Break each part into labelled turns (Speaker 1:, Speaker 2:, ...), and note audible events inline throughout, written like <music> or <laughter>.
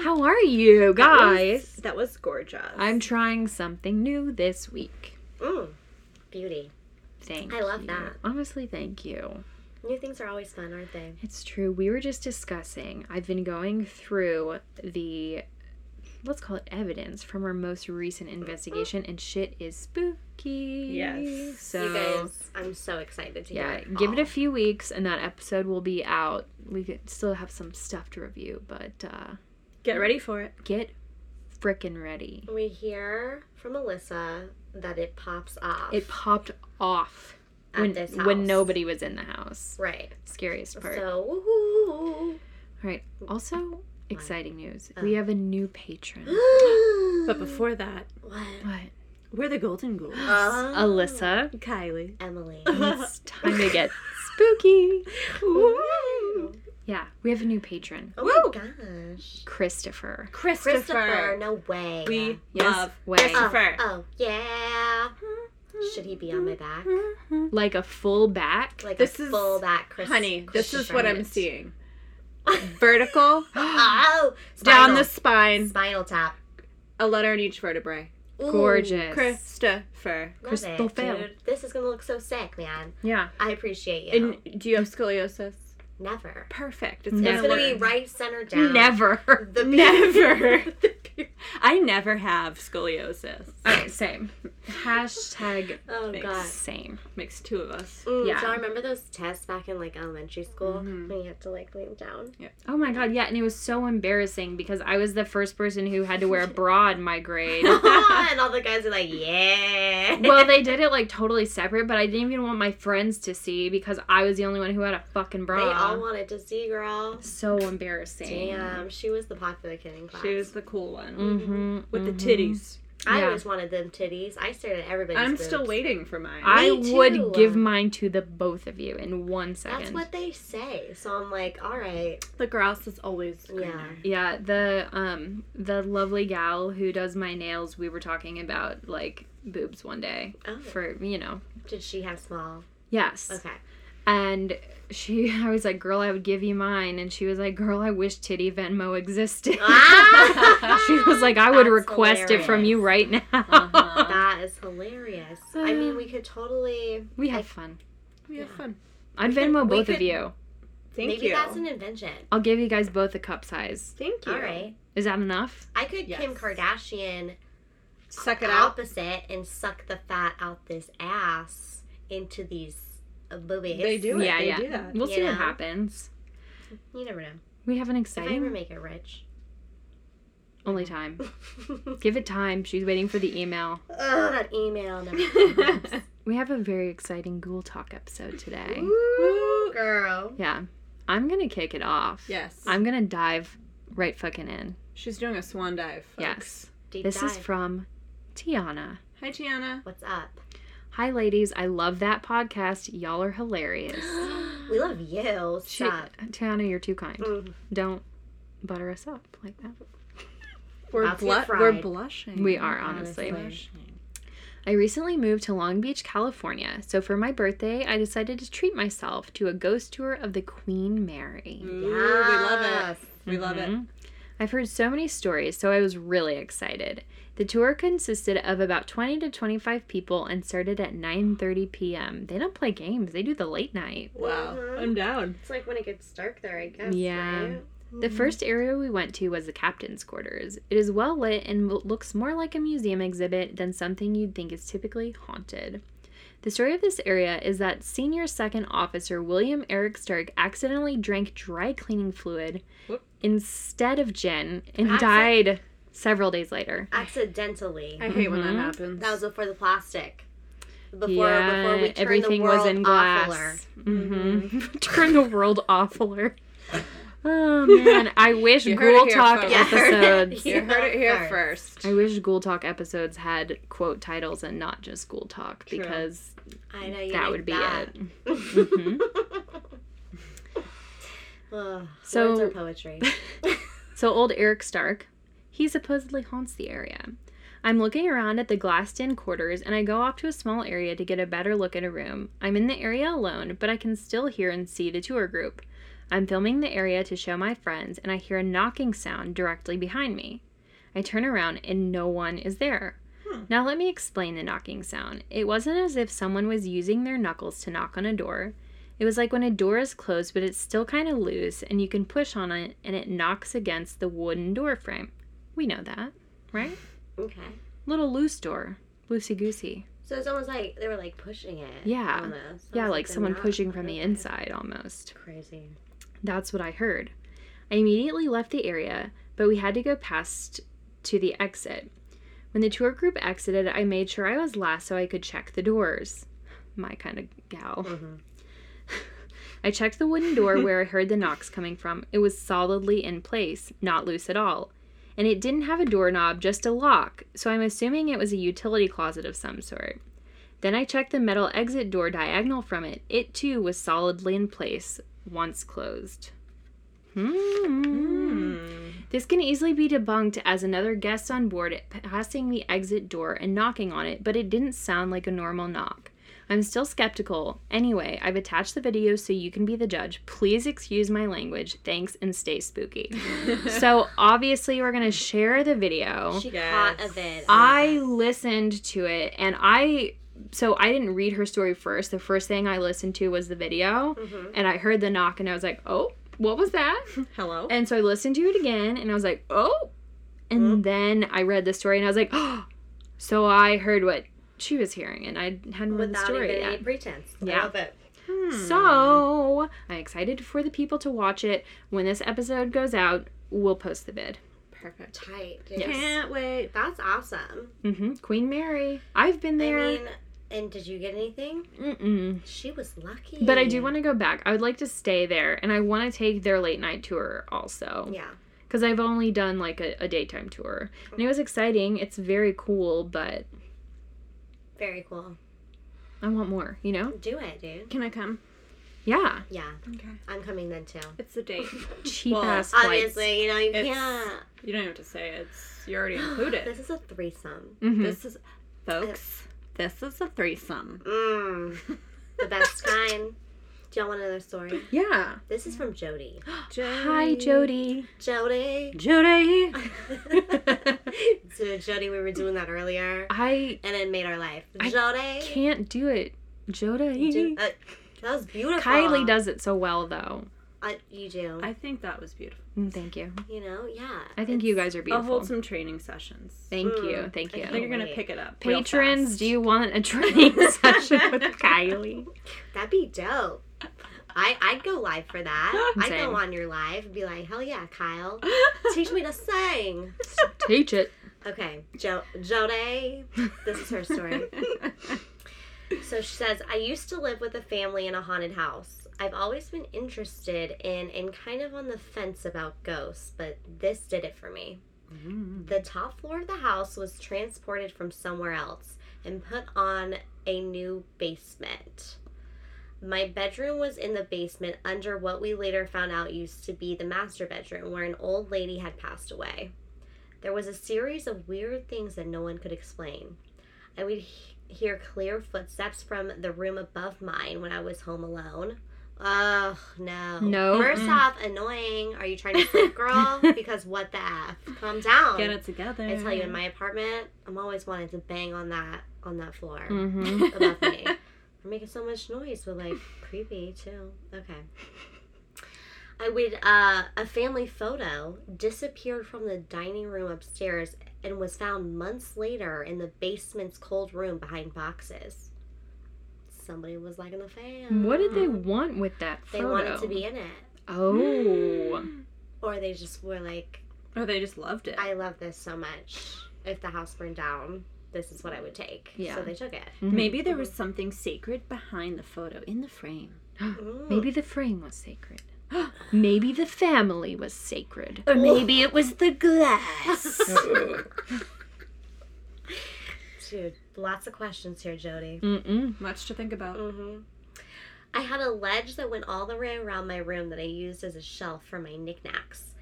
Speaker 1: you
Speaker 2: That was-
Speaker 1: guys?
Speaker 2: that was gorgeous.
Speaker 1: I'm trying something new this week.
Speaker 2: Mm, beauty.
Speaker 1: Thank
Speaker 2: I love
Speaker 1: you.
Speaker 2: that.
Speaker 1: Honestly, thank you.
Speaker 2: New things are always fun, aren't they?
Speaker 1: It's true. We were just discussing. I've been going through the let's call it evidence from our most recent investigation and shit is spooky.
Speaker 2: Yes.
Speaker 1: So
Speaker 3: you guys, I'm so excited to hear.
Speaker 1: yeah,
Speaker 3: it
Speaker 1: give it
Speaker 3: all.
Speaker 1: a few weeks and that episode will be out. We could still have some stuff to review, but uh
Speaker 2: Get ready for it.
Speaker 1: get frickin' ready.
Speaker 3: We hear from Alyssa that it pops off.
Speaker 1: It popped off
Speaker 3: At
Speaker 1: when
Speaker 3: this
Speaker 1: when
Speaker 3: house.
Speaker 1: nobody was in the house.
Speaker 3: right.
Speaker 1: Scariest part.
Speaker 3: So
Speaker 2: <gasps>
Speaker 3: woohoo.
Speaker 1: All right. Also, exciting news.
Speaker 3: Uh.
Speaker 1: We have a new
Speaker 3: <gasps>
Speaker 1: patron.
Speaker 2: But before that,
Speaker 3: what?
Speaker 1: what?
Speaker 2: we're the Golden Ghouls. <gasps>
Speaker 3: Uh,
Speaker 1: Alyssa,
Speaker 2: Kylie.
Speaker 3: Emily. <laughs>
Speaker 1: it's time to get spooky.
Speaker 2: <laughs> Woo!
Speaker 1: Yeah, we have a new patron,
Speaker 3: Oh
Speaker 2: Woo!
Speaker 3: my gosh.
Speaker 1: Christopher.
Speaker 2: Christopher.
Speaker 3: Christopher, no way.
Speaker 2: We
Speaker 1: Yes,
Speaker 2: love
Speaker 1: way.
Speaker 2: Christopher.
Speaker 3: oh, oh yeah. Should he be on my back?
Speaker 1: Like a full back.
Speaker 3: Like
Speaker 2: This
Speaker 3: a
Speaker 2: is-
Speaker 3: full back Chris.
Speaker 2: Honey, this is
Speaker 3: uh, Christopher.
Speaker 2: what I'm seeing. <gasps> Vertical,
Speaker 3: <laughs> Oh,
Speaker 2: down
Speaker 3: spinal.
Speaker 2: the spine,
Speaker 3: spinal tap.
Speaker 2: a letter in each vertebrae.
Speaker 3: Ooh,
Speaker 1: Gorgeous.
Speaker 2: Christopher.
Speaker 3: love
Speaker 1: Crystal
Speaker 3: it,
Speaker 1: fail.
Speaker 3: dude. This is gonna look so sick, man.
Speaker 1: Yeah.
Speaker 3: I appreciate you.
Speaker 2: And do you have scoliosis?
Speaker 3: Never.
Speaker 2: Perfect. It's
Speaker 1: Never.
Speaker 3: It's
Speaker 2: gonna
Speaker 3: gonna be
Speaker 2: work.
Speaker 3: right center down.
Speaker 1: Never.
Speaker 3: The
Speaker 2: Never.
Speaker 3: <laughs>
Speaker 2: <laughs> I never have scoliosis.
Speaker 1: <laughs> Alright, same.
Speaker 3: <laughs>
Speaker 1: Hashtag
Speaker 3: Oh
Speaker 2: Thanks.
Speaker 3: god.
Speaker 1: same.
Speaker 2: Makes two of us.
Speaker 3: Mm,
Speaker 1: Yeah.
Speaker 3: Y'all remember those tests back in like elementary school
Speaker 2: Mm-hmm.
Speaker 3: when you had to like lean down?
Speaker 2: <laughs>
Speaker 3: <laughs>
Speaker 1: Oh my god, yeah, and it was so embarrassing because I was the first person who had to
Speaker 3: <laughs>
Speaker 1: wear a bra in my grade.
Speaker 3: and all the guys are like, yeah.
Speaker 1: well, they did it like totally separate, but I didn't even want my friends to see because I was the only one who had a fucking
Speaker 3: <laughs> they
Speaker 1: bra.
Speaker 2: uh,
Speaker 3: all wanted to see girl.
Speaker 1: so embarrassing.
Speaker 3: Damn, she was the popular kid in class.
Speaker 2: She was the cool one
Speaker 1: Mm-hmm.
Speaker 2: with the titties.
Speaker 3: I
Speaker 1: yeah.
Speaker 3: always wanted them titties. I stared at everybody's.
Speaker 2: I'm
Speaker 3: boobs.
Speaker 2: still waiting for mine.
Speaker 1: I
Speaker 3: Me
Speaker 1: would
Speaker 3: too.
Speaker 1: give mine to the both of you in one second.
Speaker 3: That's what they say. So I'm like, all right,
Speaker 2: the grass is always
Speaker 3: yeah.
Speaker 2: greener.
Speaker 1: yeah, the um the lovely gal who does my nails, we were talking about like boobs one day
Speaker 3: Oh.
Speaker 1: for, you know.
Speaker 3: Did she have small?
Speaker 1: Yes.
Speaker 3: Okay.
Speaker 1: And she <laughs> I was like, "Girl, I would give you mine." And she was like, "Girl, I wish Titty Venmo existed."
Speaker 2: <laughs>
Speaker 3: Ah!
Speaker 1: <laughs> she was like, "I would
Speaker 3: That's
Speaker 1: request it from you right now."
Speaker 2: Uh-huh.
Speaker 3: That is hilarious. I mean, we could totally.
Speaker 1: <laughs> We had fun.
Speaker 2: We have fun.
Speaker 1: I'd
Speaker 2: could-
Speaker 1: Venmo
Speaker 2: we
Speaker 1: both of
Speaker 2: could-
Speaker 1: you.
Speaker 2: Thank
Speaker 3: maybe
Speaker 2: you.
Speaker 3: that's an invention.
Speaker 1: I'll give you guys both a cup size.
Speaker 2: Thank you.
Speaker 3: All right.
Speaker 1: Is that enough?
Speaker 3: I could Kim
Speaker 2: Yes.
Speaker 3: Kardashian
Speaker 2: Suck it out.
Speaker 3: opposite and suck the fat out this ass into these uh, boobies.
Speaker 2: They do it.
Speaker 1: yeah,
Speaker 2: they
Speaker 1: yeah.
Speaker 2: do that.
Speaker 1: We'll
Speaker 3: You
Speaker 1: see what
Speaker 3: know?
Speaker 1: happens.
Speaker 3: You never know.
Speaker 1: We have an
Speaker 3: If I ever
Speaker 1: exciting
Speaker 3: make it
Speaker 2: <laughs>
Speaker 3: rich.
Speaker 1: only time. Give it time. She's waiting for the email.
Speaker 3: Ugh, that email never
Speaker 1: We have a very exciting ghoul talk episode today.
Speaker 2: <laughs> Woo.
Speaker 3: Girl.
Speaker 1: Yeah. I'm going to kick it off.
Speaker 2: Yes.
Speaker 1: I'm going to dive right fucking in.
Speaker 2: She's doing a swan dive. Folks.
Speaker 1: Yes.
Speaker 3: Deep
Speaker 1: This is
Speaker 3: dive.
Speaker 1: from Tiana.
Speaker 2: Hi, Tiana.
Speaker 3: What's up?
Speaker 1: Hi, ladies. I love that podcast. Y'all are hilarious.
Speaker 3: We love you.
Speaker 1: She-
Speaker 3: Stop.
Speaker 1: Tiana, you're too kind.
Speaker 3: Mm.
Speaker 1: Don't butter us up like that.
Speaker 2: We're,
Speaker 3: About to get
Speaker 2: blu- we're
Speaker 3: fried.
Speaker 2: blushing.
Speaker 1: We are, honestly.
Speaker 2: Blushing.
Speaker 1: I recently moved to Long Beach, California, so for my birthday, I decided to treat myself to a ghost tour of the Queen Mary.
Speaker 2: Ooh, we love it.
Speaker 3: Yes.
Speaker 2: We love it.
Speaker 1: Mhm. I've heard so many stories, so I was really excited. The tour consisted of about 20 to 25 people and started at 9:30 p.m. They don't play games, they do the late night.
Speaker 2: Wow.
Speaker 3: Mhm.
Speaker 2: I'm down.
Speaker 3: It's like when it gets dark there, I guess.
Speaker 1: Yeah.
Speaker 3: right?
Speaker 1: The first area we went to was the captain's quarters. It is well lit and lo- looks more like a museum exhibit than something you'd think is typically haunted. The story of this area is that senior second officer William Eric Stark accidentally drank dry cleaning fluid
Speaker 2: Whoop.
Speaker 1: instead of gin and
Speaker 3: Acci-
Speaker 1: died several days later.
Speaker 3: Accidentally.
Speaker 2: I hate when Mm-hmm. that
Speaker 1: Mhm.
Speaker 2: happens.
Speaker 3: That was before the plastic. Before, before we turned
Speaker 1: everything
Speaker 3: the world
Speaker 1: was
Speaker 3: Mm-hmm.
Speaker 1: in
Speaker 3: awfuler.
Speaker 1: glass. hmm <laughs> Turn the world
Speaker 3: <laughs>
Speaker 1: awfuler. Oh man, I wish
Speaker 2: You heard it
Speaker 1: Ghoul
Speaker 2: here
Speaker 1: Talk
Speaker 2: first.
Speaker 3: You heard it <laughs>
Speaker 1: episodes.
Speaker 2: you heard it here first.
Speaker 1: I wish Ghoul Talk episodes had quote titles and not just Ghoul Talk
Speaker 2: True.
Speaker 1: because
Speaker 3: I know you
Speaker 1: that
Speaker 3: like
Speaker 1: would be
Speaker 3: that.
Speaker 1: it.
Speaker 3: Ugh,
Speaker 1: So-
Speaker 3: words are
Speaker 1: <laughs>
Speaker 3: poetry. <laughs>
Speaker 1: So old Eric Stark, he supposedly haunts the area. I'm looking around at the glassed in quarters and I go off to a small area to get a better look at a room. I'm in the area alone, but I can still hear and see the tour group. I'm filming the area to show my friends, and I hear a knocking sound directly behind me. I turn around, and no one is there. Now, let me explain the knocking sound. It wasn't as if someone was using their knuckles to knock on a door. It was like when a door is closed, but it's still kind of loose, and you can push on it, and it knocks against the wooden door frame. We know that, right?
Speaker 3: Okay.
Speaker 1: Little loose door, loosey goosey.
Speaker 3: So it's almost like they were like pushing it.
Speaker 1: Yeah.
Speaker 3: Almost.
Speaker 1: Yeah,
Speaker 3: Almost
Speaker 1: like
Speaker 3: they're
Speaker 1: someone
Speaker 3: not-
Speaker 1: pushing from the
Speaker 3: okay.
Speaker 1: inside almost.
Speaker 3: Crazy.
Speaker 1: That's what I heard. I immediately left the area, but we had to go past to the exit. When the tour group exited, I made sure I was last so I could check the doors. My kind of gal.
Speaker 3: Mhm.
Speaker 1: <laughs> I checked the wooden door where I heard the knocks coming from. It was solidly in place, not loose at all. And it didn't have a doorknob, just a lock, so I'm assuming it was a utility closet of some sort. Then I checked the metal exit door diagonal from it. It too was solidly in place, once closed. Hmm.
Speaker 2: Mm.
Speaker 1: This can easily be debunked as another guest on board it passing the exit door and knocking on it, but it didn't sound like a normal knock. I'm still skeptical. Anyway, I've attached the video so you can be the judge. Please excuse my language. Thanks and stay spooky. so, obviously, we're going to share the video.
Speaker 3: She
Speaker 2: Yes.
Speaker 3: caught a vid. of
Speaker 1: I
Speaker 3: that.
Speaker 1: listened to it and I so I didn't read her story first. The first thing I listened to was the video
Speaker 3: Mhm.
Speaker 1: and I heard the knock and I was like, "Oh, what was that?"
Speaker 3: <laughs>
Speaker 2: Hello.
Speaker 1: And so I listened to it again and I was like, "Oh."
Speaker 3: Mm-hmm.
Speaker 1: And then I read the story and I was like, <gasps> "Oh." So I heard what she was hearing and I hadn't read the
Speaker 3: Without
Speaker 1: story
Speaker 3: even
Speaker 1: yet.
Speaker 3: any pretense.
Speaker 1: Yeah.
Speaker 3: I love it.
Speaker 2: Hmm.
Speaker 1: So, I'm excited for the people to watch it. When this episode goes out, we'll post the vid.
Speaker 2: Perfect.
Speaker 3: Tight. Dude.
Speaker 1: Yes.
Speaker 2: Can't wait.
Speaker 3: That's awesome.
Speaker 1: hmm Queen Mary. I've been there.
Speaker 3: I mean, and did you get anything?
Speaker 1: Mm-mm.
Speaker 3: She was lucky.
Speaker 1: But I do want to go back. I would like to stay there, and I want to take their late night tour also.
Speaker 3: Yeah.
Speaker 1: Because I've only done like a, a daytime tour. And it was exciting. It's very cool, but
Speaker 3: Very cool.
Speaker 1: I want more, you know?
Speaker 3: Do it, dude.
Speaker 2: Can I come?
Speaker 1: Yeah.
Speaker 3: Yeah.
Speaker 2: Okay.
Speaker 3: I'm coming then too.
Speaker 2: It's the <laughs> date.
Speaker 1: Cheap
Speaker 2: Well,
Speaker 1: ass flights.
Speaker 3: Obviously, you know you
Speaker 2: It's
Speaker 3: can't.
Speaker 2: You don't have to say it. it's you already
Speaker 3: <gasps>
Speaker 2: included.
Speaker 3: This is a
Speaker 1: <laughs>
Speaker 3: threesome.
Speaker 1: Mhm.
Speaker 2: <gasps> This is, folks. This is a threesome.
Speaker 3: Mmm.
Speaker 1: <laughs>
Speaker 3: The best kind. Do y'all want another story?
Speaker 2: Yeah.
Speaker 3: This is
Speaker 1: <gasps>
Speaker 3: from Jody.
Speaker 1: Hi, Jody. <laughs>
Speaker 3: Jody.
Speaker 2: Jody.
Speaker 3: so Jody, we were doing that earlier,
Speaker 1: I
Speaker 3: and it made our life.
Speaker 1: I
Speaker 3: Jody.
Speaker 1: can't do it. Jody.
Speaker 3: Jo- uh, that was beautiful.
Speaker 1: Kylie does it so well, though.
Speaker 3: Uh, you do.
Speaker 2: I think that was beautiful.
Speaker 1: Mm, Thank you.
Speaker 3: you know, yeah.
Speaker 1: I think you guys are
Speaker 2: I'll
Speaker 1: beautiful.
Speaker 2: hold some training sessions.
Speaker 1: Thank
Speaker 3: Mm.
Speaker 1: you. Thank
Speaker 3: I
Speaker 1: you.
Speaker 2: I think you're gonna
Speaker 3: Wait.
Speaker 2: pick it up. real
Speaker 1: Patrons,
Speaker 2: fast.
Speaker 1: do
Speaker 2: <laughs>
Speaker 1: you want a training <laughs> session with Kylie?
Speaker 3: That'd be dope. I I'd go live
Speaker 1: <laughs>
Speaker 3: for that. I'd
Speaker 1: Same.
Speaker 3: go on your live and be like, hell yeah,
Speaker 1: <laughs>
Speaker 3: Kyle, teach me to sing.
Speaker 1: Teach it.
Speaker 3: Okay, jo- Jode, this is her story. So she says, I used to live with a family in a haunted house. I've always been interested in and kind of on the fence about ghosts, but this did it for me.
Speaker 2: Mm.
Speaker 3: The top floor of the house was transported from somewhere else and put on a new basement. My bedroom was in the basement under what we later found out used to be the master bedroom where an old lady had passed away. There was a series of weird things that no one could explain. I would he- hear clear footsteps from the room above mine when I was home alone. Ugh, no.
Speaker 1: No.
Speaker 3: First
Speaker 2: Mm.
Speaker 3: off, annoying. Are you trying
Speaker 1: <laughs>
Speaker 3: to sleep, girl? because what the F? Calm down.
Speaker 2: Get it together.
Speaker 3: I tell you,
Speaker 2: <laughs>
Speaker 3: in my apartment, I'm always wanting to bang on that on that floor
Speaker 1: Mm-hmm.
Speaker 3: above me.
Speaker 1: <laughs>
Speaker 3: We're making so much noise, but like creepy too. Okay. I would uh, a family photo disappeared from the dining room upstairs and was found months later in the basement's cold room behind boxes. Somebody was liking the fan.
Speaker 1: What did they want with that photo?
Speaker 3: Mm-hmm. They wanted to be in it,
Speaker 1: Oh. <gasps>
Speaker 3: or they just were like,
Speaker 2: Or Oh, they just loved it.
Speaker 3: I love this so much. If the house burned down, this is what I would take.
Speaker 1: Yeah.
Speaker 3: So they took it.
Speaker 2: Maybe there was something sacred behind the photo in
Speaker 3: <laughs>
Speaker 2: the frame.
Speaker 3: Mm.
Speaker 1: Maybe the frame was sacred. <gasps> Maybe the family was sacred.
Speaker 2: Or
Speaker 3: maybe
Speaker 2: it was the glass. <laughs>
Speaker 3: Dude, lots of questions here, Jody.
Speaker 1: Mm-mm.
Speaker 2: Much to think about.
Speaker 3: hmm I had a ledge that went all the way around my room that I used as a shelf for my knickknacks.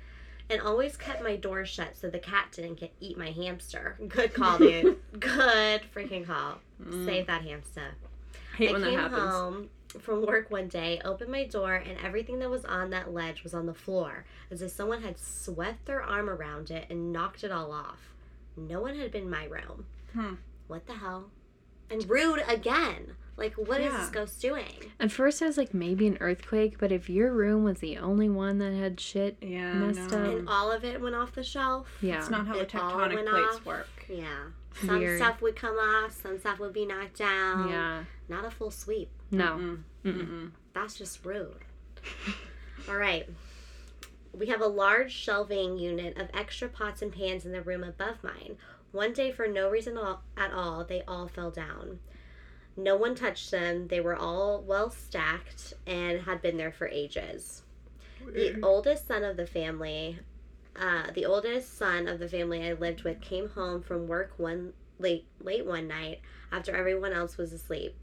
Speaker 3: And always kept my door shut so the cat didn't get eat my hamster. Good call, dude. Good freaking call.
Speaker 2: Mm.
Speaker 3: Save that hamster.
Speaker 2: Hate when
Speaker 3: I
Speaker 2: that
Speaker 3: came
Speaker 2: happens.
Speaker 3: home from work one day, opened my door, and everything that was on that ledge was on the floor, as if someone had swept their arm around it and knocked it all off. No one had been in my room.
Speaker 2: Hmm.
Speaker 3: What the hell? And rude again. Like, what is this
Speaker 2: Yeah.
Speaker 3: ghost doing?
Speaker 1: At first, I was like, maybe an earthquake, but if your room was the only one that had shit,
Speaker 2: Yeah,
Speaker 1: Messed
Speaker 2: no.
Speaker 1: up.
Speaker 3: And all of it went off the shelf.
Speaker 1: yeah.
Speaker 2: It's not Hmm. how the
Speaker 3: It all
Speaker 2: tectonic
Speaker 3: went
Speaker 2: plates
Speaker 3: off.
Speaker 2: work.
Speaker 3: Yeah. Some
Speaker 1: Weird.
Speaker 3: stuff would come off, some stuff would be knocked down.
Speaker 1: yeah.
Speaker 3: Not a full sweep.
Speaker 1: No.
Speaker 2: Mm. Mm-mm.
Speaker 3: That's just rude. All right. We have a large shelving unit of extra pots and pans in the room above mine. One day, for no reason al- at all, they all fell down. No one touched them. They were all well stacked and had been there for ages. The oldest son of the family, uh, the oldest son of the family I lived with, came home from work one late late one night after everyone else was asleep.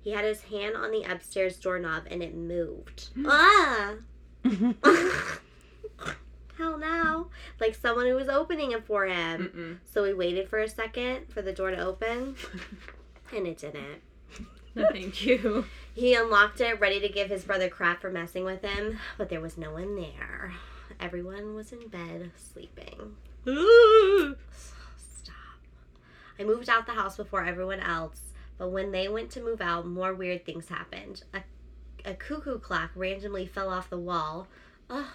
Speaker 3: He had his hand on the upstairs doorknob and it moved. ah! <laughs> Hell no. Like someone who was opening it for him.
Speaker 2: Mm-mm.
Speaker 3: So we waited for a second for the door to open and it didn't.
Speaker 2: No, thank you.
Speaker 3: <laughs> He unlocked it, ready to give his brother crap for messing with him, but there was no one there. Everyone was in bed sleeping. Stop. I moved out the house before everyone else, but when they went to move out, more weird things happened. A, a cuckoo clock randomly fell off the wall. Ugh,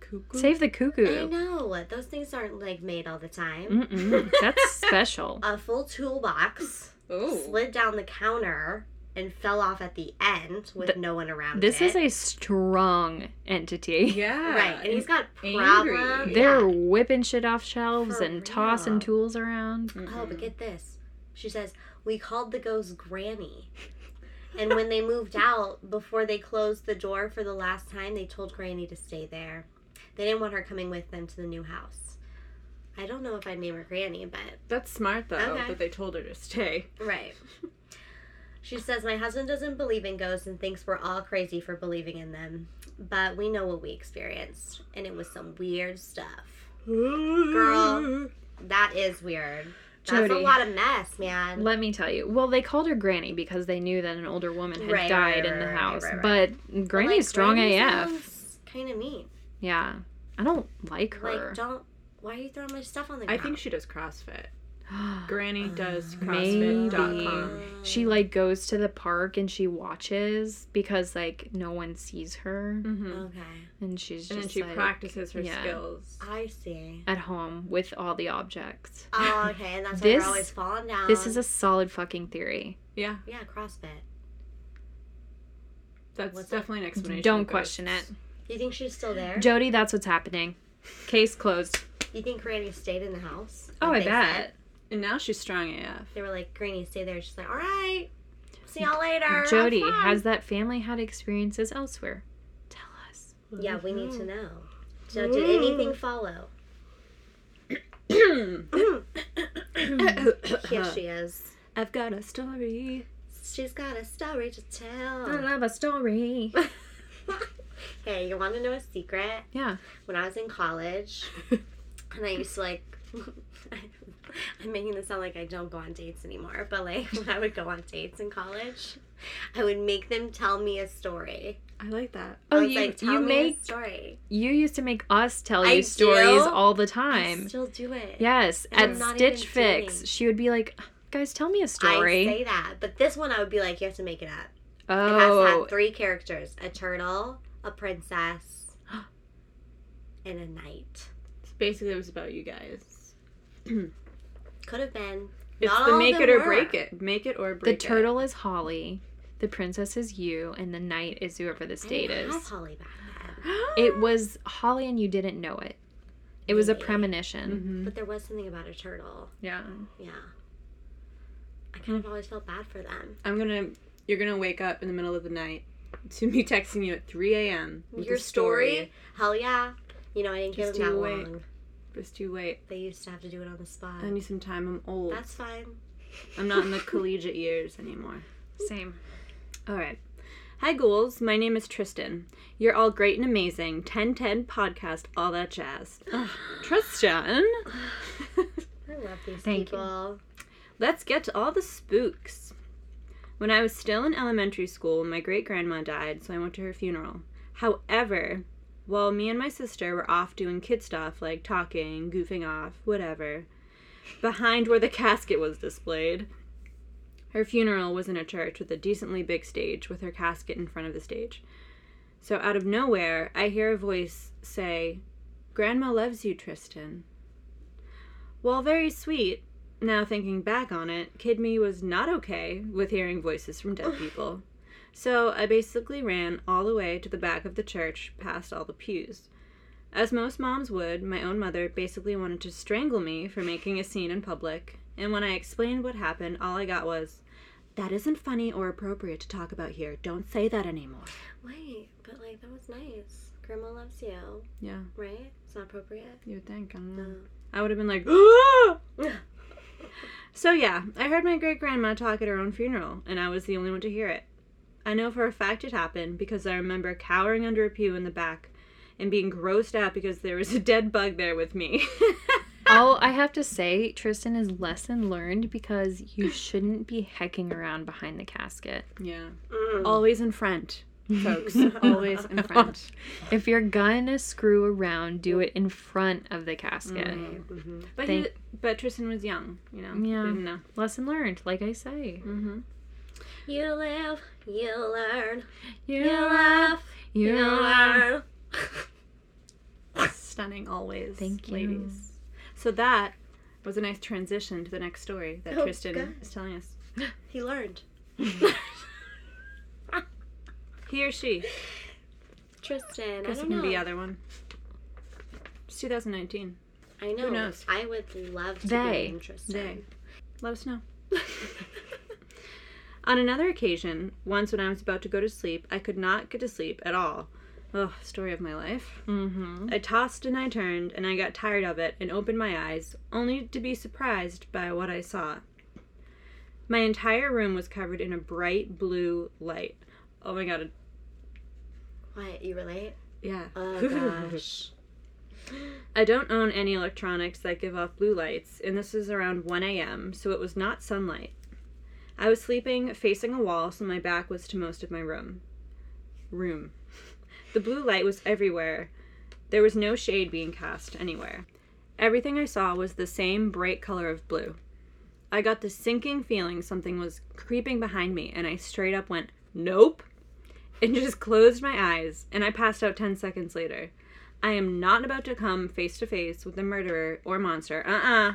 Speaker 2: Cuckoo.
Speaker 1: Save the
Speaker 3: I
Speaker 1: cuckoo.
Speaker 3: know. Those things aren't like made all the time.
Speaker 1: Mm-mm.
Speaker 3: <laughs>
Speaker 1: That's special.
Speaker 3: A full toolbox
Speaker 2: Oh.
Speaker 3: slid down the counter and fell off at the end with
Speaker 1: Th-
Speaker 3: no one around
Speaker 1: This is
Speaker 3: it.
Speaker 1: a strong entity.
Speaker 2: Yeah.
Speaker 3: Right, and he's got
Speaker 2: angry.
Speaker 1: <laughs>
Speaker 3: problems.
Speaker 1: They're whipping shit off shelves
Speaker 3: For
Speaker 1: and tossing
Speaker 3: real.
Speaker 1: tools around.
Speaker 3: Oh, but get this. She says, We called the ghost Granny. And when they moved out, before they closed the door for the last time, they told Granny to stay there. They didn't want her coming with them to the new house. I don't know if I'd name her Granny, but.
Speaker 2: That's smart though
Speaker 3: Okay.
Speaker 2: that they told her to stay.
Speaker 3: Right. <laughs> She says, My husband doesn't believe in ghosts and thinks we're all crazy for believing in them. But we know what we experienced. And it was some weird stuff.
Speaker 2: Girl.
Speaker 3: That is weird. That's a
Speaker 1: Mm-hmm. Jody.
Speaker 3: lot of mess, man.
Speaker 1: Let me tell you. Well, they called her Granny because they knew that an older woman had
Speaker 3: Right,
Speaker 1: died
Speaker 3: right,
Speaker 1: in the
Speaker 3: right, right,
Speaker 1: house.
Speaker 3: right,
Speaker 1: But Granny's strong AF.
Speaker 3: Kind of mean.
Speaker 1: Yeah. I don't like her.
Speaker 3: Like, don't. Why are you throwing my stuff on the
Speaker 2: I
Speaker 3: ground?
Speaker 2: think she does
Speaker 1: <gasps>
Speaker 2: CrossFit. Granny does
Speaker 1: Uh, Maybe.
Speaker 2: CrossFit.com.
Speaker 1: she like goes to the park and she watches because like no one sees her
Speaker 2: Mm-hmm. And
Speaker 3: Okay,
Speaker 1: and she's just
Speaker 2: then she
Speaker 1: like,
Speaker 2: practices her
Speaker 1: yeah.
Speaker 2: skills.
Speaker 3: I see.
Speaker 1: <laughs> at home with all the objects.
Speaker 3: Oh, okay, and that's why you're
Speaker 1: This-
Speaker 3: always falling down.
Speaker 1: This is a solid fucking theory.
Speaker 2: Yeah,
Speaker 3: yeah CrossFit.
Speaker 2: that's
Speaker 3: What's that?
Speaker 2: definitely an explanation.
Speaker 1: Don't
Speaker 2: of
Speaker 1: question it.
Speaker 2: ghosts.
Speaker 3: Do you think she's still there?
Speaker 1: Jody, that's what's happening. Case closed.
Speaker 3: you think Granny stayed in the house?
Speaker 1: Oh,
Speaker 3: Like
Speaker 1: I
Speaker 3: they
Speaker 1: bet.
Speaker 3: said?
Speaker 2: And now she's strong
Speaker 3: <coughs>
Speaker 2: AF.
Speaker 3: They were like, Granny, stay there. She's like, all right, see y'all later. have
Speaker 1: Jody,
Speaker 3: fun."
Speaker 1: has that family had experiences elsewhere? Tell us.
Speaker 3: Yeah, we need to
Speaker 1: Mm-hmm.
Speaker 3: know. So, did anything follow?
Speaker 1: <clears throat>
Speaker 3: <coughs> Here
Speaker 1: Uh-huh.
Speaker 3: she is.
Speaker 2: I've got a story.
Speaker 3: She's got a story to
Speaker 1: I
Speaker 3: <laughs> tell.
Speaker 1: love a story.
Speaker 3: hey, you want to know a secret?
Speaker 1: Yeah.
Speaker 3: when I was in college, and I used to like, <laughs> I'm making this sound like I don't go on dates anymore, but like when I would go on dates in college, I would make them tell me a story.
Speaker 2: <coughs> I like that.
Speaker 3: I
Speaker 1: Oh,
Speaker 3: was
Speaker 1: you
Speaker 3: like, tell
Speaker 1: you
Speaker 3: me
Speaker 1: make
Speaker 3: a story.
Speaker 1: you used to make us tell
Speaker 3: I
Speaker 1: you stories
Speaker 3: do?
Speaker 1: all the
Speaker 3: I
Speaker 1: time.
Speaker 3: still do it.
Speaker 1: Yes,
Speaker 3: And
Speaker 1: at
Speaker 3: I'm not
Speaker 1: Stitch
Speaker 3: even
Speaker 1: Fix,
Speaker 3: dating.
Speaker 1: she would be like, "Guys, tell me a
Speaker 3: I
Speaker 1: story."
Speaker 3: say that, but this one I would be like, you have to make it up. It has to
Speaker 1: Oh,
Speaker 3: have three characters: a turtle, a princess, <gasps> and a knight.
Speaker 2: Basically, it was about you guys.
Speaker 3: Could have been.
Speaker 2: It's
Speaker 3: Not all
Speaker 2: the
Speaker 3: of
Speaker 2: make
Speaker 3: them
Speaker 2: it or
Speaker 3: were.
Speaker 2: break it. Make it or break
Speaker 1: the
Speaker 2: it. <gasps>
Speaker 1: turtle is Holly, the princess is you, and the knight is whoever the
Speaker 3: I
Speaker 1: state
Speaker 3: didn't have
Speaker 1: is.
Speaker 3: Holly back then,
Speaker 1: It was Holly, and you didn't know it. It was a
Speaker 3: Maybe. Mm-hmm.
Speaker 1: premonition.
Speaker 2: Mhm.
Speaker 3: but there was something about a turtle.
Speaker 1: Yeah.
Speaker 3: Yeah. I kind of always felt bad for them.
Speaker 2: I'm gonna. You're gonna wake up in the middle of the night to me <laughs> texting you at 3 a.m. with
Speaker 3: Your
Speaker 2: a story.
Speaker 3: story? Hell yeah. You know, I didn't give
Speaker 2: Just
Speaker 3: them that
Speaker 2: do it.
Speaker 3: long.
Speaker 2: Just you wait.
Speaker 3: They used to have to do it on the spot.
Speaker 2: I need some time. I'm old.
Speaker 3: That's fine.
Speaker 2: I'm not in the collegiate years anymore.
Speaker 1: Same.
Speaker 2: All right. Hi, ghouls. My name is Tristan. You're all great and amazing. 1010 podcast, all that jazz. Ugh, Tristan.
Speaker 3: I love these
Speaker 1: Thank you.
Speaker 3: people.
Speaker 2: Let's get to all the spooks. When I was still in elementary school, my great grandma died, so I went to her funeral. However, while me and my sister were off doing kid stuff like talking, goofing off, whatever, behind where the <laughs> casket was displayed, her funeral was in a church with a decently big stage with her casket in front of the stage. So out of nowhere, I hear a voice say, Grandma loves you, Tristan. While very sweet, now thinking back on it, Kid Me was not okay with hearing voices from dead people. So I basically ran all the way to the back of the church, past all the pews. As most moms would, my own mother basically wanted to strangle me for making a scene in public, and when I explained what happened, all I got was, That isn't funny or appropriate to talk about here. Don't say that anymore.
Speaker 3: Wait, but like that was nice. Grandma loves you,
Speaker 2: Yeah,
Speaker 3: right? It's not appropriate.
Speaker 2: you would think. I don't know.
Speaker 3: No.
Speaker 2: I would have been like, "Ah!" <laughs> so yeah, I heard my great grandma talk at her own funeral, and I was the only one to hear it. I know for a fact it happened because I remember cowering under a pew in the back and being grossed out because there was a dead bug there with me. <laughs>
Speaker 1: All I have to say, Tristan, is lesson learned because you shouldn't be hecking around behind the casket.
Speaker 2: yeah.
Speaker 3: Mm.
Speaker 2: Always in front, <laughs> folks. Always in front.
Speaker 1: If you're gonna screw around, do it in front of the casket.
Speaker 2: Mm.
Speaker 3: hmm
Speaker 2: But he,
Speaker 1: Thank-
Speaker 2: but Tristan was young, you know.
Speaker 1: Yeah.
Speaker 2: Didn't know.
Speaker 1: Lesson learned, like I say.
Speaker 3: Mm.
Speaker 2: Mm-hmm.
Speaker 3: You live, you learn,
Speaker 1: You
Speaker 3: you laugh, you learn. <laughs>
Speaker 2: Stunning always.
Speaker 1: Thank you.
Speaker 2: Ladies. So that was a nice transition to the next story that
Speaker 3: Oh,
Speaker 2: Tristan
Speaker 3: God.
Speaker 2: is telling us.
Speaker 3: He learned.
Speaker 2: He or she.
Speaker 3: Tristan, I
Speaker 2: Guess it
Speaker 3: don't
Speaker 2: can
Speaker 3: know.
Speaker 2: be either one. It's 2019.
Speaker 3: I know.
Speaker 2: knows?
Speaker 3: I would love to
Speaker 1: They.
Speaker 3: be named Tristan.
Speaker 2: They. Let us know.
Speaker 3: <laughs>
Speaker 2: On another occasion, once when I was about to go to sleep, I could not get to sleep at all. Ugh, story of my life.
Speaker 3: Hmm?
Speaker 1: Mm-hmm.
Speaker 2: I tossed and I turned, and I got tired of it and opened my eyes, only to be surprised by what I saw. My entire room was covered in a bright blue light. Oh my god. it-
Speaker 3: what? You relate?
Speaker 2: Yeah.
Speaker 3: Oh gosh.
Speaker 2: <laughs> I don't own any electronics that give off blue lights, and this is around 1 a.m., so it was not sunlight. I was sleeping facing a wall, so my back was to most of my room. Room. <laughs> The blue light was everywhere. There was no shade being cast anywhere. Everything I saw was the same bright color of blue. I got the sinking feeling something was creeping behind me, and I straight up went, Nope, and just closed my eyes, and I passed out 10 seconds later. I am not about to come face to face with a murderer or monster. Uh uh-uh. uh.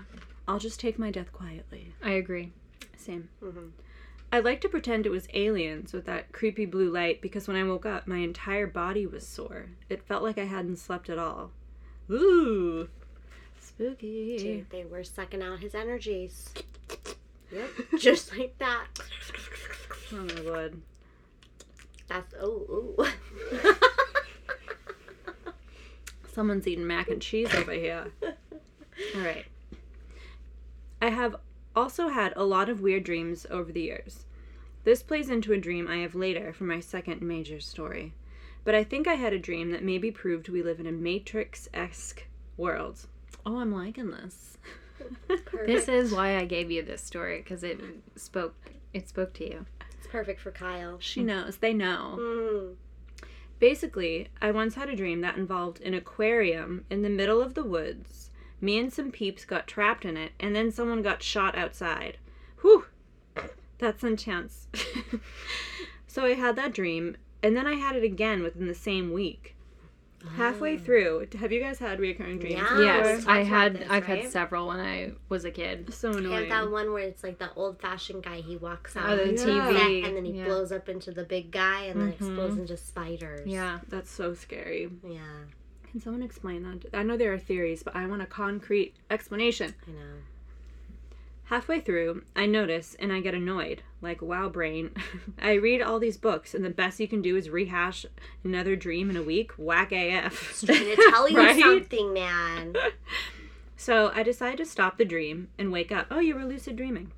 Speaker 2: i will just take my death quietly.
Speaker 1: I agree.
Speaker 2: Same.
Speaker 3: Mhm.
Speaker 2: I like to pretend it was aliens with that creepy blue light because when I woke up, my entire body was sore. It felt like I hadn't slept at all. Ooh. Spooky.
Speaker 3: Dude, they were sucking out his energies. yep. Just like that.
Speaker 2: Oh my god.
Speaker 3: That's oh oh.
Speaker 2: Someone's eating mac and cheese over here. All right. I have also had a lot of weird dreams over the years. This plays into a dream I have later for my second major story. But I think I had a dream that maybe proved we live in a Matrix esque world. Oh, I'm liking this.
Speaker 3: <laughs> perfect.
Speaker 1: This is why I gave you this story because it spoke. It spoke to you.
Speaker 3: It's perfect for Kyle.
Speaker 2: She knows. They know.
Speaker 3: Mm.
Speaker 2: Basically, I once had a dream that involved an aquarium in the middle of the woods. Me and some peeps got trapped in it, and then someone got shot outside. Whew! That's intense. <laughs> so I had that dream, and then I had it again within the same week. Halfway through, have you guys had recurring dreams?
Speaker 3: Yeah.
Speaker 2: before?
Speaker 3: we've
Speaker 1: yes,
Speaker 3: talked
Speaker 1: I
Speaker 3: about
Speaker 1: had.
Speaker 3: this,
Speaker 1: I've had
Speaker 3: right?
Speaker 1: several when I was a kid.
Speaker 2: So
Speaker 3: They
Speaker 2: annoying.
Speaker 3: have Mm. that one where it's like the old fashioned guy. He walks out
Speaker 1: Oh, the
Speaker 3: on
Speaker 2: Yeah.
Speaker 1: TV.
Speaker 3: set, and then he
Speaker 1: yeah.
Speaker 3: blows up into the big guy, and then
Speaker 1: Mhm.
Speaker 3: explodes into spiders.
Speaker 1: Yeah.
Speaker 2: That's so scary.
Speaker 3: Yeah.
Speaker 2: Can someone explain that? I know there are theories, but I want a concrete explanation.
Speaker 3: I know.
Speaker 2: Halfway through, I notice and I get annoyed. Like, wow, brain. <laughs> I read all these books, and the best you can do is rehash another dream in a week? Whack AF.
Speaker 3: I'm gonna tell you
Speaker 2: Right?
Speaker 3: something, man.
Speaker 2: So I decide to stop the dream and wake up. Oh, you were lucid dreaming.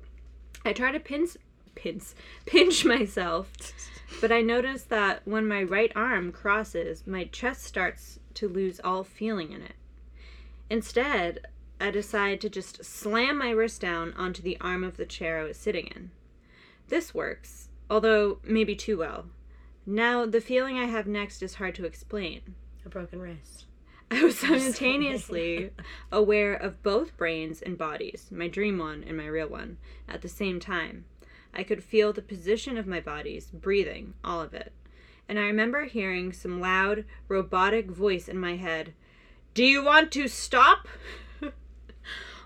Speaker 2: I try to pinch, pinch, <laughs> pinch myself, but I notice that when my right arm crosses, my chest starts to lose all feeling in it. Instead, I decide to just slam my wrist down onto the arm of the chair I was sitting in. This works, although maybe too well. Now, the feeling I have next is hard to explain.
Speaker 3: A broken wrist.
Speaker 2: I was simultaneously aware of both brains and bodies, my dream one and my real one, at the same time. I could feel the position of my bodies, breathing, all of it. And I remember hearing some loud, robotic voice in my head Do you want to stop? <laughs>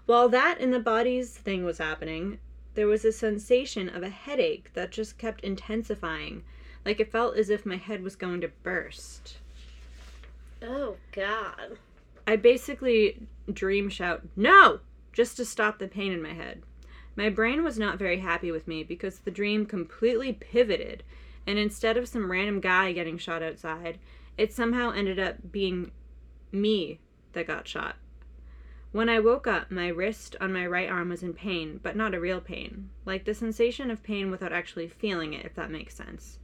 Speaker 2: While that and the bodies thing was happening, there was a sensation of a headache that just kept intensifying, like it felt as if my head was going to burst.
Speaker 3: Oh God.
Speaker 2: I basically dream shout, no! just to stop the pain in my head. My brain was not very happy with me because the dream completely pivoted, and instead of some random guy getting shot outside, it somehow ended up being me that got shot. When I woke up, my wrist on my right arm was in pain, but not a real pain. Like the sensation of pain without actually feeling it, if that makes sense.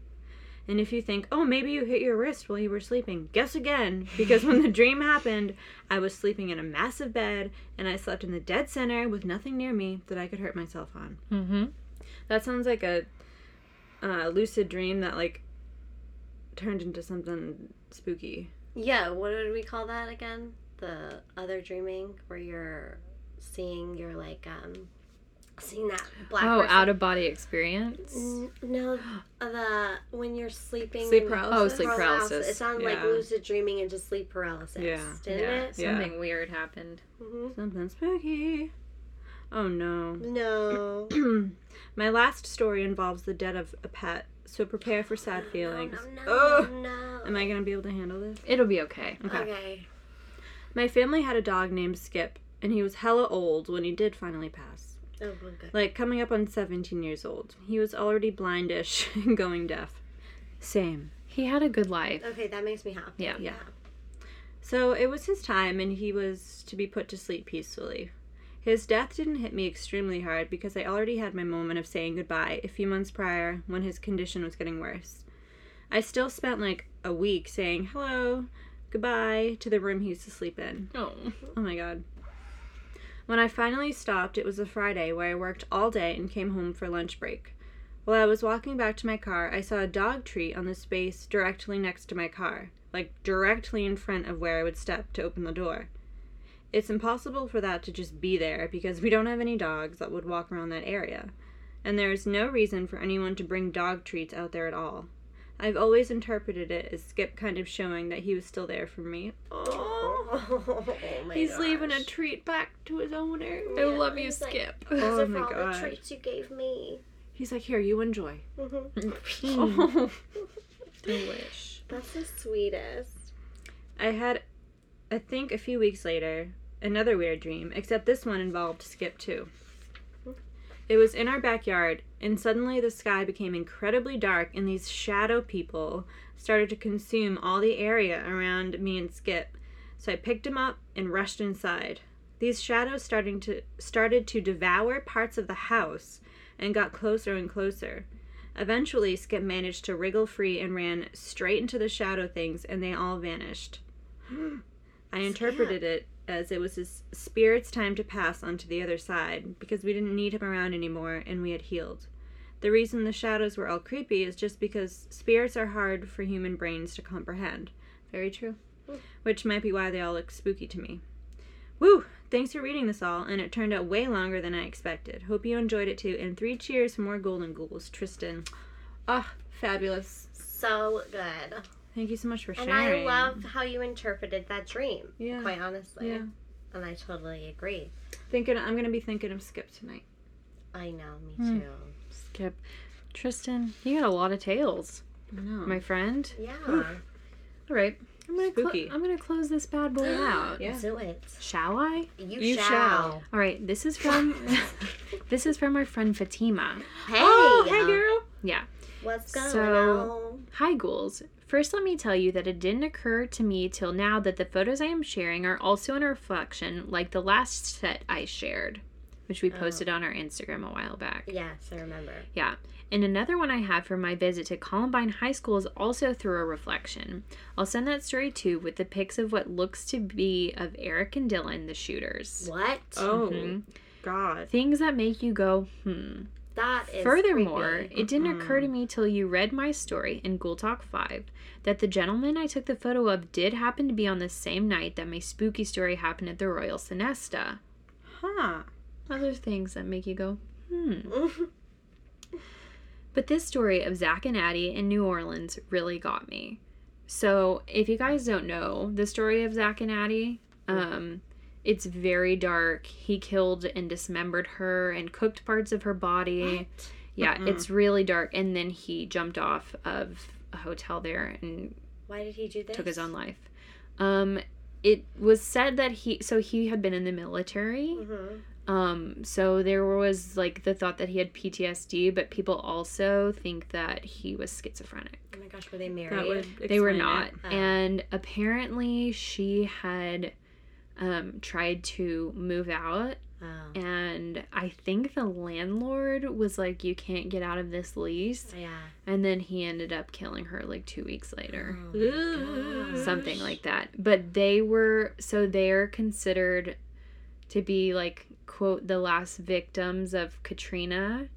Speaker 2: And if you think, oh, maybe you hit your wrist while you were sleeping, guess again. Because when the dream happened, I was sleeping in a massive bed and I slept in the dead center with nothing near me that I could hurt myself on.
Speaker 1: Mm-hmm.
Speaker 2: That sounds like a uh, lucid dream that, like, turned into something spooky.
Speaker 3: Yeah. What would we call that again? The other dreaming where you're seeing you're like um seeing that black.
Speaker 1: Oh,
Speaker 3: person. Mm.
Speaker 1: out of body experience.
Speaker 3: N- No, the when you're sleeping.
Speaker 2: Sleep
Speaker 3: and-
Speaker 2: paralysis? Oh,
Speaker 1: sleep paralysis.
Speaker 3: It sounded like
Speaker 2: Yeah.
Speaker 3: lucid dreaming into sleep paralysis.
Speaker 2: Yeah.
Speaker 3: Didn't it?
Speaker 2: Yeah.
Speaker 1: Something weird happened.
Speaker 3: hmm
Speaker 2: Something spooky. Oh no.
Speaker 3: No.
Speaker 2: My last story involves the death of a pet, so prepare for sad feelings.
Speaker 3: Oh, No, no,
Speaker 2: Ugh.
Speaker 3: no,
Speaker 2: Am I gonna be able to handle this?
Speaker 1: It'll be okay.
Speaker 3: no. Okay.
Speaker 2: My family had a dog named Skip, and he was hella old when he did finally pass.
Speaker 3: Oh, my God.
Speaker 2: Like coming up on 17 years old. He was already blindish <laughs> and going deaf. Same.
Speaker 1: He had a good life.
Speaker 3: Okay, that makes me happy.
Speaker 1: Yeah.
Speaker 2: Yeah. So it was his time, and he was to be put to sleep peacefully. His death didn't hit me extremely hard because I already had my moment of saying goodbye a few months prior when his condition was getting worse. I still spent like a week saying hello, goodbye to the room he used to sleep in.
Speaker 1: Oh.
Speaker 2: Oh my god. When I finally stopped, it was a Friday where I worked all day and came home for lunch break. While I was walking back to my car, I saw a dog treat on the space directly next to my car, like directly in front of where I would step to open the door. It's impossible for that to just be there because we don't have any dogs that would walk around that area. And there is no reason for anyone to bring dog treats out there at all. I've always interpreted it as Skip kind of showing that he was still there for me.
Speaker 3: <laughs> Oh, my
Speaker 2: He's leaving a
Speaker 3: gosh.
Speaker 2: treat back to his owner.
Speaker 1: I
Speaker 3: Yeah,
Speaker 1: love you,
Speaker 3: he's like-
Speaker 1: Skip.
Speaker 3: These
Speaker 2: Oh
Speaker 3: are
Speaker 2: my
Speaker 3: for all
Speaker 2: God.
Speaker 3: the treats you gave me.
Speaker 2: He's like, here, you enjoy.
Speaker 3: Mhm.
Speaker 2: <laughs> Oh.
Speaker 1: Delish.
Speaker 3: That's the sweetest.
Speaker 2: I had, I think, a few weeks later, another weird dream, except this one involved Skip too. It was in our backyard, and suddenly the sky became incredibly dark, and these shadow people started to consume all the area around me and Skip. So I picked him up and rushed inside. These shadows starting to started to devour parts of the house and got closer and closer. Eventually, Skip managed to wriggle free and ran straight into the shadow things, and they all vanished. I interpreted it as it was his spirit's time to pass on to the other side because we didn't need him around anymore and we had healed. The reason the shadows were all creepy is just because spirits are hard for human brains to comprehend. Very true. Which might be why they all look spooky to me. Woo! Thanks for reading this all, and it turned out way longer than I expected. Hope you enjoyed it too, and three cheers for more Golden Ghouls, Tristan. Ah, fabulous.
Speaker 3: So good.
Speaker 2: Thank you so much for
Speaker 3: And I
Speaker 2: sharing.
Speaker 3: love how you interpreted that dream,
Speaker 2: Yeah.
Speaker 3: quite honestly.
Speaker 2: Yeah.
Speaker 3: And I totally agree.
Speaker 2: Thinking, I'm going to be thinking of Skip tonight.
Speaker 3: I know, me
Speaker 1: Hmm.
Speaker 3: too.
Speaker 1: Skip. Tristan, you got a lot of tales,
Speaker 2: No.
Speaker 1: my friend.
Speaker 3: Yeah.
Speaker 1: All right. I'm gonna clo-
Speaker 2: Spooky.
Speaker 1: I'm gonna close this bad boy <gasps> out.
Speaker 2: Yeah.
Speaker 3: Do it.
Speaker 1: Shall I?
Speaker 3: You,
Speaker 2: You
Speaker 3: shall.
Speaker 2: shall.
Speaker 1: All right. This is <laughs> from this is from our friend Fatima.
Speaker 3: Hey,
Speaker 2: Oh,
Speaker 3: uh,
Speaker 2: hey girl.
Speaker 3: What's going
Speaker 1: So-
Speaker 3: on?
Speaker 1: Hi, ghouls. First, let me tell you that it didn't occur to me till now that the photos I am sharing are also in a reflection, like the last set I shared, which we
Speaker 3: Oh.
Speaker 1: posted on our Instagram a while back.
Speaker 3: Yes, I remember.
Speaker 1: And another one I have from my visit to Columbine High School is also through a reflection. I'll send that story too with the pics of what looks to be of Eric and Dylan, the shooters.
Speaker 3: What?
Speaker 2: Oh
Speaker 1: Mhm.
Speaker 2: God.
Speaker 1: Things that make you go, hmm.
Speaker 3: That is
Speaker 1: Furthermore,
Speaker 3: creepy.
Speaker 1: it didn't occur
Speaker 2: Mm-mm.
Speaker 1: to me till you read my story in Ghoul Talk 5 that the gentleman I took the photo of did happen to be on the same night that my spooky story happened at the Royal Sinesta.
Speaker 2: Huh.
Speaker 1: Other things that make you go, hmm. But this story of Zach and Addie in New Orleans really got me. So, if you guys don't know the story of Zach and Addie, um, it's very dark. He killed and dismembered her and cooked parts of her body.
Speaker 3: What?
Speaker 1: Yeah,
Speaker 2: Mm-mm.
Speaker 1: it's really dark. And then he jumped off of a hotel there and
Speaker 3: <laughs> Why did he do this?
Speaker 1: took his own life. Um, it was said that he, so he had been in the military.
Speaker 3: hmm
Speaker 1: Um, so there was like the thought that he had PTSD, but people also think that he was schizophrenic.
Speaker 3: Oh my gosh, were they married?
Speaker 2: That would
Speaker 1: they were
Speaker 2: explain it.
Speaker 1: not.
Speaker 3: Oh.
Speaker 1: And apparently she had um, tried to move out
Speaker 3: Oh.
Speaker 1: and I think the landlord was like, You can't get out of this lease.
Speaker 3: Yeah.
Speaker 2: <gasps>
Speaker 1: And then he ended up killing her like two weeks
Speaker 2: Mm-hmm.
Speaker 1: later.
Speaker 3: Oh my gosh.
Speaker 1: Something like that. But they were, so they're considered to be like, quote, the last victims of Katrina,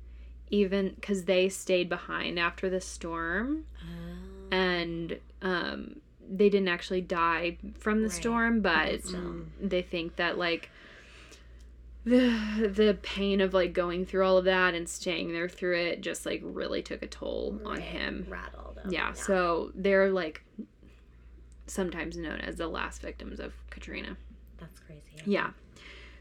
Speaker 1: even because they stayed behind after the storm
Speaker 3: Oh.
Speaker 1: and um, they didn't actually die from the
Speaker 3: Right.
Speaker 1: storm, but
Speaker 3: So-
Speaker 2: Mm.
Speaker 1: they think that like <sighs> the the pain of like going through all of that and staying there through it just like really took a toll on
Speaker 3: Right.
Speaker 1: him.
Speaker 3: Rattled. Oh,
Speaker 1: Yeah, so they're like sometimes known as the last victims of Katrina.
Speaker 3: That's crazy.
Speaker 1: Yeah.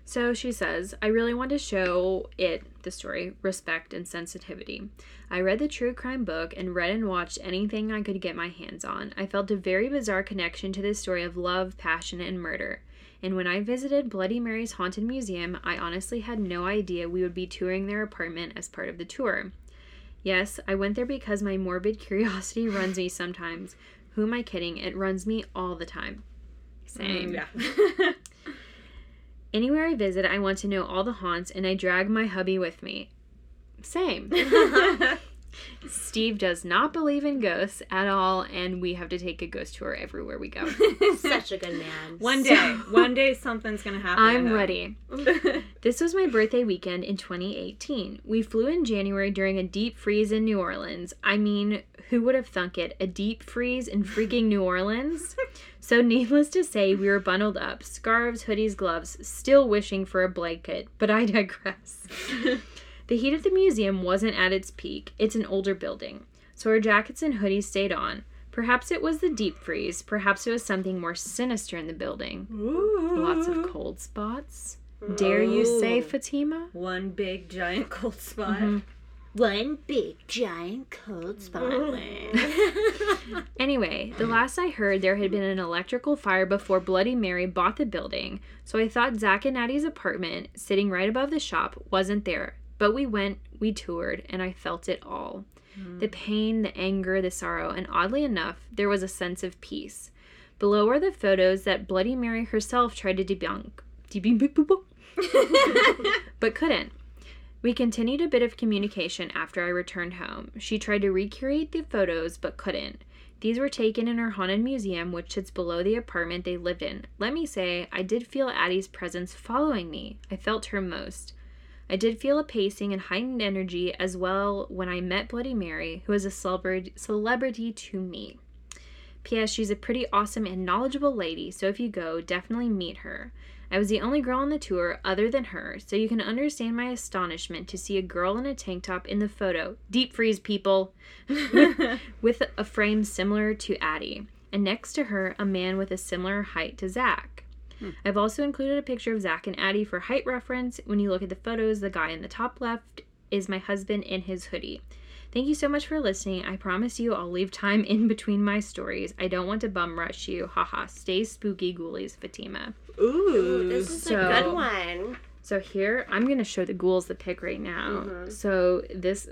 Speaker 1: So she says, I really want to show it, the story, respect and sensitivity. I read the true crime book and read and watched anything I could get my hands on. I felt a very bizarre connection to this story of love, passion, and murder. And when I visited Bloody Mary's Haunted Museum, I honestly had no idea we would be touring their apartment as part of the tour. Yes, I went there because my morbid curiosity runs me sometimes. Who am I kidding? It runs me all the time. Same.
Speaker 2: Yeah.
Speaker 1: Anywhere I visit, I want to know all the haunts and I drag my hubby with me. Same. Steve does not believe in ghosts at all, and we have to take a ghost tour everywhere we go.
Speaker 3: Such a good man.
Speaker 2: <laughs> one
Speaker 1: So-
Speaker 2: day, one day something's gonna happen. to
Speaker 1: I'm
Speaker 2: him.
Speaker 1: ready. This was my birthday weekend in 2018. We flew in January during a deep freeze in New Orleans. I mean, who would have thunk it? A deep freeze in freaking New Orleans? So, needless to say, we were bundled up scarves, hoodies, gloves, still wishing for a blanket, but I digress. the heat of the museum wasn't at its peak, it's an older building, so our jackets and hoodies stayed on. Perhaps it was the deep freeze, perhaps it was something more sinister in the building. Lots of cold spots. Dare you say
Speaker 2: Ooh.
Speaker 1: Fatima?
Speaker 2: One big giant cold spot.
Speaker 1: Mhm.
Speaker 3: One big giant cold spot.
Speaker 1: Anyway, the last I heard, there had been an electrical fire before Bloody Mary bought the building, so I thought Zach and Addie's apartment, sitting right above the shop, wasn't there. But we went, we toured, and I felt it all the pain, the anger, the sorrow, and oddly enough, there was a sense of peace. Below are the photos that Bloody Mary herself tried to debunk. Debunk. but couldn't. We continued a bit of communication after I returned home. She tried to recreate the photos but couldn't. These were taken in her haunted museum, which sits below the apartment they lived in. Let me say, I did feel Addie's presence following me. I felt her most. I did feel a pacing and heightened energy as well when I met Bloody Mary, who is a celebra- celebrity to me. P.S. She's a pretty awesome and knowledgeable lady, so if you go, definitely meet her. I was the only girl on the tour other than her, so you can understand my astonishment to see a girl in a tank top in the photo. Deep freeze, people! <laughs> with a frame similar to Addie, and next to her, a man with a similar height to Zach. I've also included a picture of Zach and Addie for height reference. When you look at the photos, the guy in the top left is my husband in his hoodie. Thank you so much for listening. I promise you I'll leave time in between my stories. I don't want to bum rush you. Haha. Stay spooky, ghoulies, Fatima.
Speaker 3: Ooh,
Speaker 2: Ooh.
Speaker 3: this is
Speaker 1: So-
Speaker 3: a good one.
Speaker 1: So here, I'm gonna show the ghouls the pic right now.
Speaker 2: Mm-hmm.
Speaker 3: Mhm.
Speaker 1: So this,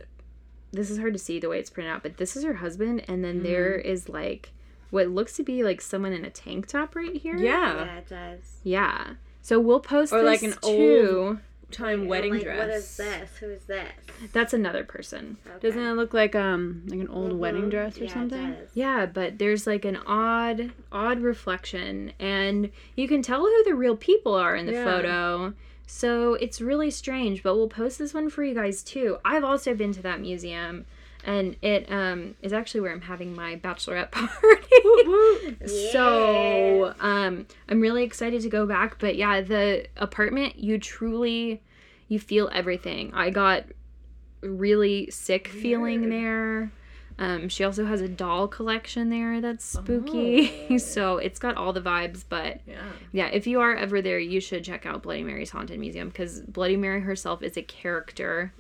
Speaker 1: this is hard to see the way it's printed out, but this is her husband, and then there
Speaker 2: Mm-hmm.
Speaker 1: is like what looks to be like someone in a tank top right here.
Speaker 2: yeah.
Speaker 3: Yeah, it does.
Speaker 1: Yeah. So we'll post
Speaker 2: Or, like,
Speaker 1: this
Speaker 2: an
Speaker 1: too.
Speaker 2: Time wedding
Speaker 3: like,
Speaker 2: dress.
Speaker 3: What is this? Who is this?
Speaker 1: That's another person.
Speaker 3: Okay.
Speaker 2: Doesn't it look like um like an old wedding
Speaker 3: Mhm.
Speaker 2: dress or
Speaker 3: Yeah, it
Speaker 2: something?
Speaker 3: does.
Speaker 1: Yeah, but there's like an odd, odd reflection, and you can tell who the real people are in the
Speaker 2: Yeah.
Speaker 1: photo. So it's really strange, but we'll post this one for you guys too. I've also been to that museum, and it um, is actually where I'm having my bachelorette <laughs> party. So um, I'm really excited to go back. But yeah, the apartment you truly you feel everything. I got really sick feeling
Speaker 2: Weird.
Speaker 1: there. Um, she also has a doll collection there that's spooky. <laughs>
Speaker 2: Oh.
Speaker 1: so it's got all the vibes, but
Speaker 2: Yeah.
Speaker 1: yeah, if you are ever there, you should check out Bloody Mary's Haunted Museum because Bloody Mary herself is a character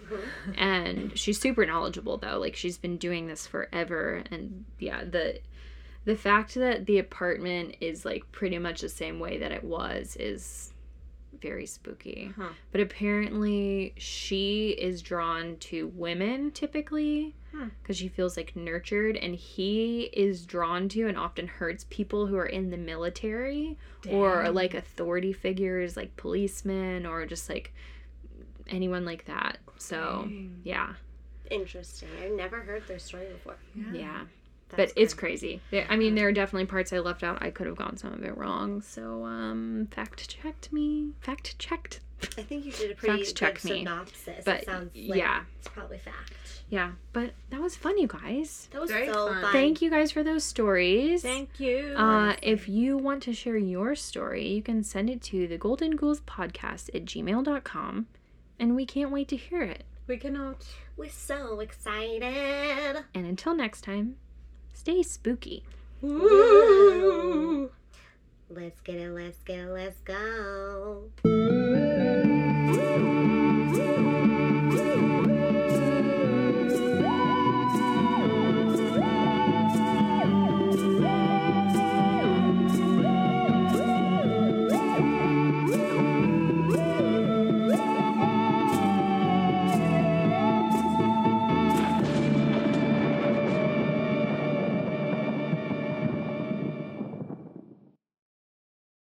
Speaker 1: and she's super knowledgeable though. Like she's been doing this forever and yeah, the the fact that the apartment is like pretty much the same way that it was is very spooky.
Speaker 2: Huh.
Speaker 1: But apparently she is drawn to women typically
Speaker 2: Hmm.
Speaker 1: because she feels like nurtured and he is drawn to and often hurts people who are in the military or
Speaker 2: Damn.
Speaker 1: like authority figures like policemen or just like anyone like that so
Speaker 2: Dang.
Speaker 1: yeah
Speaker 3: Interesting. I've never heard their story before.
Speaker 1: yeah, but
Speaker 3: That's
Speaker 1: it's
Speaker 3: good.
Speaker 1: crazy There- i mean there are definitely parts i left out i could have gone some of it wrong so um fact checked me fact checked
Speaker 3: I think you did a pretty
Speaker 1: Fact check
Speaker 3: good
Speaker 1: me.
Speaker 3: synopsis.
Speaker 1: But,
Speaker 3: it sounds like
Speaker 1: yeah.
Speaker 3: it's probably fact.
Speaker 1: <laughs> yeah but that was fun you guys
Speaker 3: That was
Speaker 2: Very
Speaker 3: so
Speaker 2: fun.
Speaker 3: fun.
Speaker 1: thank you guys for those stories
Speaker 2: Thank you.
Speaker 1: Uh, if you want to share your story, you can send it to the Golden Ghouls Podcast at gmail.com, and we can't wait to hear it.
Speaker 2: we cannot.
Speaker 3: We're so excited.
Speaker 1: And until next time, stay spooky.
Speaker 3: Woo. Let's get it, let's get it, let's go.